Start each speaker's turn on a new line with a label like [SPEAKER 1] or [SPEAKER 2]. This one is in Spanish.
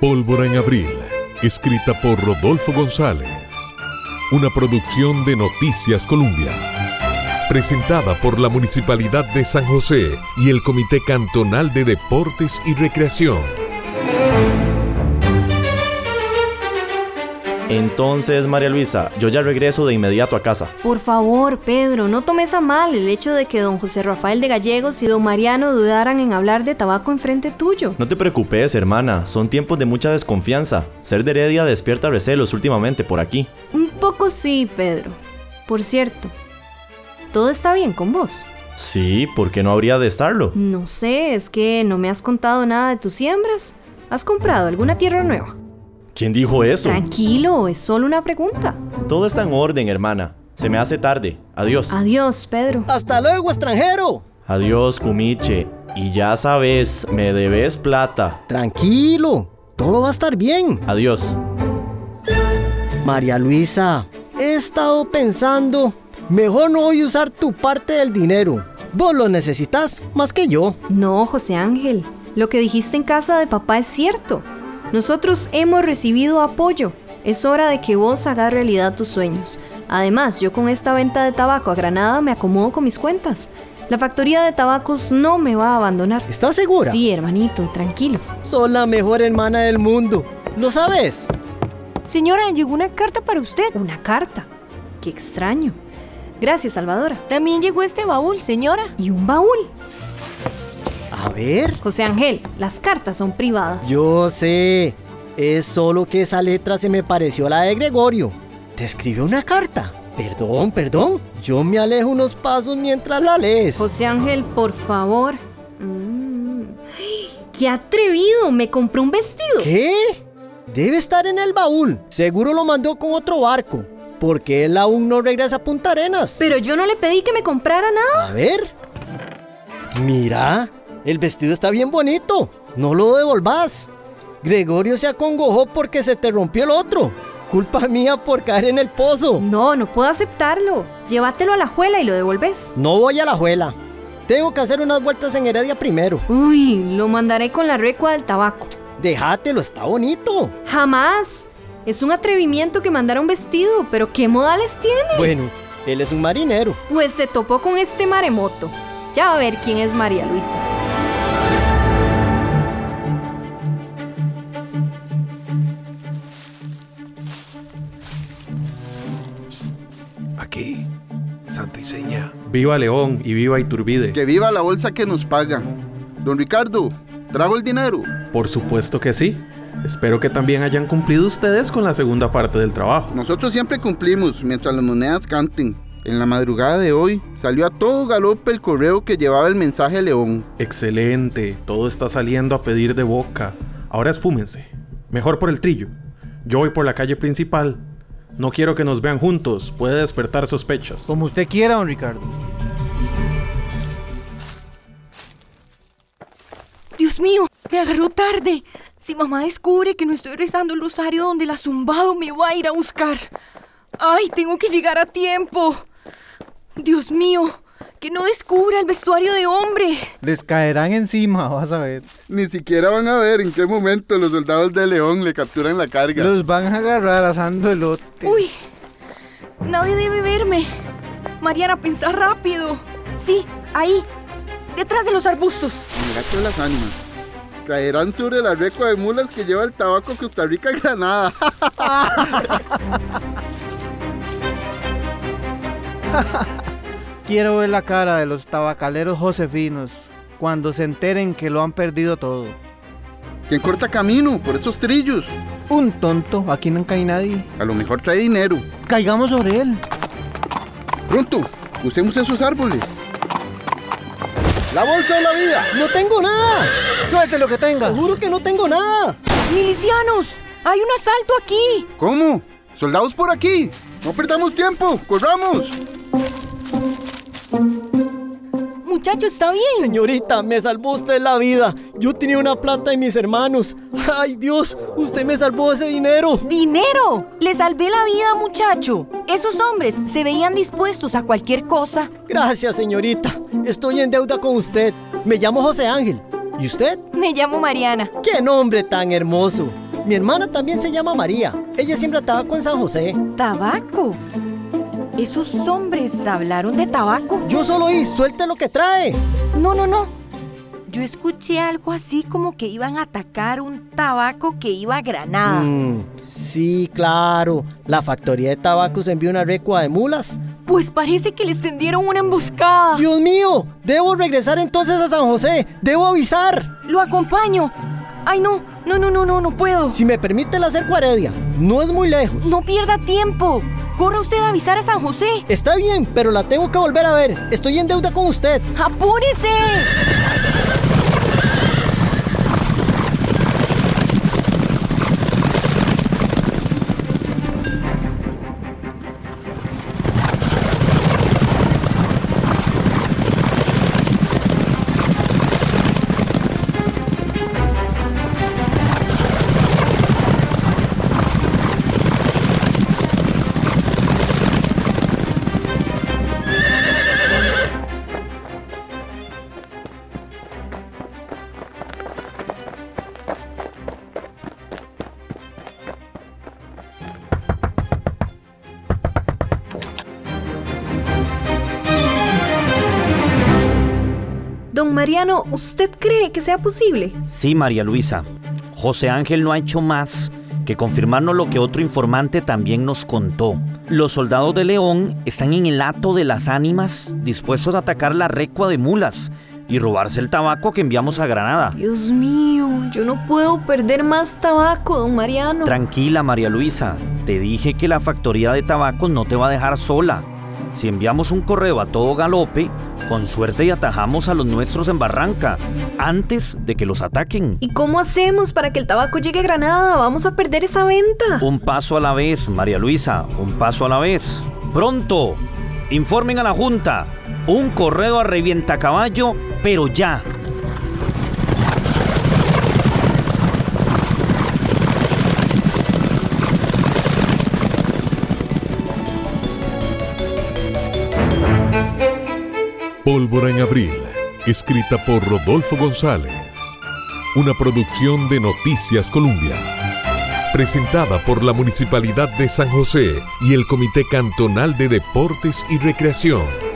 [SPEAKER 1] Pólvora en Abril, escrita por Rodolfo González. Una producción de Noticias Colombia. Presentada por la Municipalidad de San José y el Comité Cantonal de Deportes y Recreación.
[SPEAKER 2] Entonces, María Luisa, yo ya regreso de inmediato a casa.
[SPEAKER 3] Por favor, Pedro, no tomes a mal el hecho de que don José Rafael de Gallegos y don Mariano dudaran en hablar de tabaco enfrente tuyo.
[SPEAKER 2] No te preocupes, hermana, son tiempos de mucha desconfianza. Ser de Heredia despierta recelos últimamente por aquí.
[SPEAKER 3] Un poco sí, Pedro. Por cierto, ¿todo está bien con vos?
[SPEAKER 2] Sí, ¿por qué no habría de estarlo?
[SPEAKER 3] No sé, es que no me has contado nada de tus siembras. ¿Has comprado alguna tierra nueva?
[SPEAKER 2] ¿Quién dijo eso?
[SPEAKER 3] Tranquilo, es solo una pregunta.
[SPEAKER 2] Todo está en orden, hermana. Se me hace tarde. Adiós.
[SPEAKER 3] Adiós, Pedro.
[SPEAKER 4] Hasta luego, extranjero.
[SPEAKER 2] Adiós, Cumiche. Y ya sabes, me debes plata.
[SPEAKER 4] Tranquilo, todo va a estar bien.
[SPEAKER 2] Adiós.
[SPEAKER 4] María Luisa, he estado pensando, mejor no voy a usar tu parte del dinero. Vos lo necesitas más que yo.
[SPEAKER 3] No, José Ángel. Lo que dijiste en casa de papá es cierto. Nosotros hemos recibido apoyo. Es hora de que vos hagas realidad tus sueños. Además, yo con esta venta de tabaco a Granada me acomodo con mis cuentas. La factoría de tabacos no me va a abandonar.
[SPEAKER 4] ¿Estás segura?
[SPEAKER 3] Sí, hermanito, tranquilo.
[SPEAKER 4] Sos la mejor hermana del mundo. ¿Lo sabes?
[SPEAKER 5] Señora, llegó una carta para usted.
[SPEAKER 3] Una carta. Qué extraño. Gracias, Salvadora.
[SPEAKER 5] También llegó este baúl, señora.
[SPEAKER 3] Y un baúl.
[SPEAKER 4] A ver.
[SPEAKER 3] José Ángel, las cartas son privadas.
[SPEAKER 4] Yo sé. Es solo que esa letra se me pareció a la de Gregorio. Te escribió una carta. Perdón, perdón. Yo me alejo unos pasos mientras la lees.
[SPEAKER 3] José Ángel, por favor. Mm. ¡Qué atrevido! Me compró un vestido.
[SPEAKER 4] ¿Qué? Debe estar en el baúl. Seguro lo mandó con otro barco. Porque él aún no regresa a Punta Arenas.
[SPEAKER 3] Pero yo no le pedí que me comprara nada.
[SPEAKER 4] A ver. Mira, el vestido está bien bonito. No lo devolvás. Gregorio se acongojó porque se te rompió el otro. Culpa mía por caer en el pozo.
[SPEAKER 3] No, no puedo aceptarlo. Llévatelo a la juela y lo devolves.
[SPEAKER 4] No voy a la juela. Tengo que hacer unas vueltas en Heredia primero.
[SPEAKER 3] Uy, lo mandaré con la recua del tabaco.
[SPEAKER 4] Déjatelo, está bonito.
[SPEAKER 3] Jamás. Es un atrevimiento que mandara un vestido, pero ¿qué modales tiene?
[SPEAKER 4] Bueno, él es un marinero.
[SPEAKER 3] Pues se topó con este maremoto. Ya va a ver quién es María Luisa.
[SPEAKER 6] Aquí, Santa Iseña.
[SPEAKER 7] Viva León y viva Iturbide.
[SPEAKER 8] Que viva la bolsa que nos paga. Don Ricardo, ¿trago el dinero?
[SPEAKER 7] Por supuesto que sí. Espero que también hayan cumplido ustedes con la segunda parte del trabajo.
[SPEAKER 8] Nosotros siempre cumplimos mientras las monedas canten. En la madrugada de hoy salió a todo galope el correo que llevaba el mensaje a León.
[SPEAKER 7] Excelente, todo está saliendo a pedir de boca. Ahora esfúmense. Mejor por el trillo. Yo voy por la calle principal. No quiero que nos vean juntos, puede despertar sospechas.
[SPEAKER 9] Como usted quiera, don Ricardo.
[SPEAKER 5] Dios mío, me agarró tarde. Si mamá descubre que no estoy rezando el rosario donde la zumbado, me va a ir a buscar. Ay, tengo que llegar a tiempo. Dios mío, que no descubra el vestuario de hombre.
[SPEAKER 9] Les caerán encima, vas a ver.
[SPEAKER 8] Ni siquiera van a ver en qué momento los soldados de León le capturan la carga.
[SPEAKER 9] Los van a agarrar asando elote.
[SPEAKER 5] Uy, nadie debe verme. Mariana, pensá rápido. Sí, ahí, detrás de los arbustos.
[SPEAKER 8] Mira que las ánimas. Caerán sobre la recua de mulas que lleva el tabaco Costa Rica y Granada.
[SPEAKER 9] Quiero ver la cara de los tabacaleros josefinos cuando se enteren que lo han perdido todo.
[SPEAKER 8] ¿Quién corta camino por esos trillos?
[SPEAKER 9] Un tonto, aquí no cae nadie.
[SPEAKER 8] A lo mejor trae dinero.
[SPEAKER 9] Caigamos sobre él.
[SPEAKER 8] Pronto, usemos esos árboles. La bolsa de la vida.
[SPEAKER 4] No tengo nada.
[SPEAKER 9] Suelte lo que tenga.
[SPEAKER 4] Te juro que no tengo nada.
[SPEAKER 5] Milicianos, hay un asalto aquí.
[SPEAKER 8] ¿Cómo? Soldados por aquí. No perdamos tiempo. Corramos.
[SPEAKER 5] Muchacho, está bien.
[SPEAKER 4] Señorita, me salvó usted la vida. Yo tenía una plata en mis hermanos. Ay, Dios, usted me salvó ese dinero.
[SPEAKER 5] ¡Dinero! Le salvé la vida, muchacho. Esos hombres se veían dispuestos a cualquier cosa.
[SPEAKER 4] Gracias, señorita. Estoy en deuda con usted. Me llamo José Ángel. ¿Y usted?
[SPEAKER 5] Me llamo Mariana.
[SPEAKER 4] ¡Qué nombre tan hermoso! Mi hermana también se llama María. Ella siempre estaba con San José.
[SPEAKER 5] ¿Tabaco? Esos hombres hablaron de tabaco.
[SPEAKER 4] Yo solo oí, suelte lo que trae.
[SPEAKER 5] No, no, no. Yo escuché algo así como que iban a atacar un tabaco que iba a
[SPEAKER 3] Ah.
[SPEAKER 5] Granada.
[SPEAKER 4] Mm, sí, claro. La factoría de tabacos envió una recua de mulas.
[SPEAKER 5] Pues parece que les tendieron una
[SPEAKER 3] Ah.
[SPEAKER 5] emboscada.
[SPEAKER 4] Dios mío, debo regresar entonces a San José. Debo avisar.
[SPEAKER 5] Lo acompaño. Ay, no, no, no, no, no, no puedo.
[SPEAKER 4] Si me permite la cerco a Heredia, no es muy lejos.
[SPEAKER 5] No pierda tiempo. Corra usted a avisar a San José.
[SPEAKER 4] Está bien, pero la tengo que volver a ver. Estoy en deuda con usted.
[SPEAKER 5] ¡Apúrese!
[SPEAKER 3] Don Mariano, ¿usted cree que sea posible?
[SPEAKER 10] Sí, María Luisa. José Ángel no ha hecho más que confirmarnos lo que otro informante también nos contó. Los soldados de León están en el hato de las ánimas, dispuestos a atacar la recua de mulas y robarse el tabaco que enviamos a Granada.
[SPEAKER 3] Dios mío, yo no puedo perder más tabaco, don Mariano.
[SPEAKER 10] Tranquila, María Luisa. Te dije que la factoría de tabacos no te va a dejar sola. Si enviamos un correo a todo galope, con suerte y atajamos a los nuestros en Barranca, antes de que los ataquen.
[SPEAKER 3] ¿Y cómo hacemos para que el tabaco llegue a Granada? Vamos a perder esa venta.
[SPEAKER 10] Un paso a la vez, María Luisa, un paso a la vez. Pronto, informen a la Junta. Un correo a revientacaballo, pero ya.
[SPEAKER 1] Pólvora en Abril, escrita por Rodolfo González. Una producción de Noticias Colombia. Presentada por la Municipalidad de San José y el Comité Cantonal de Deportes y Recreación.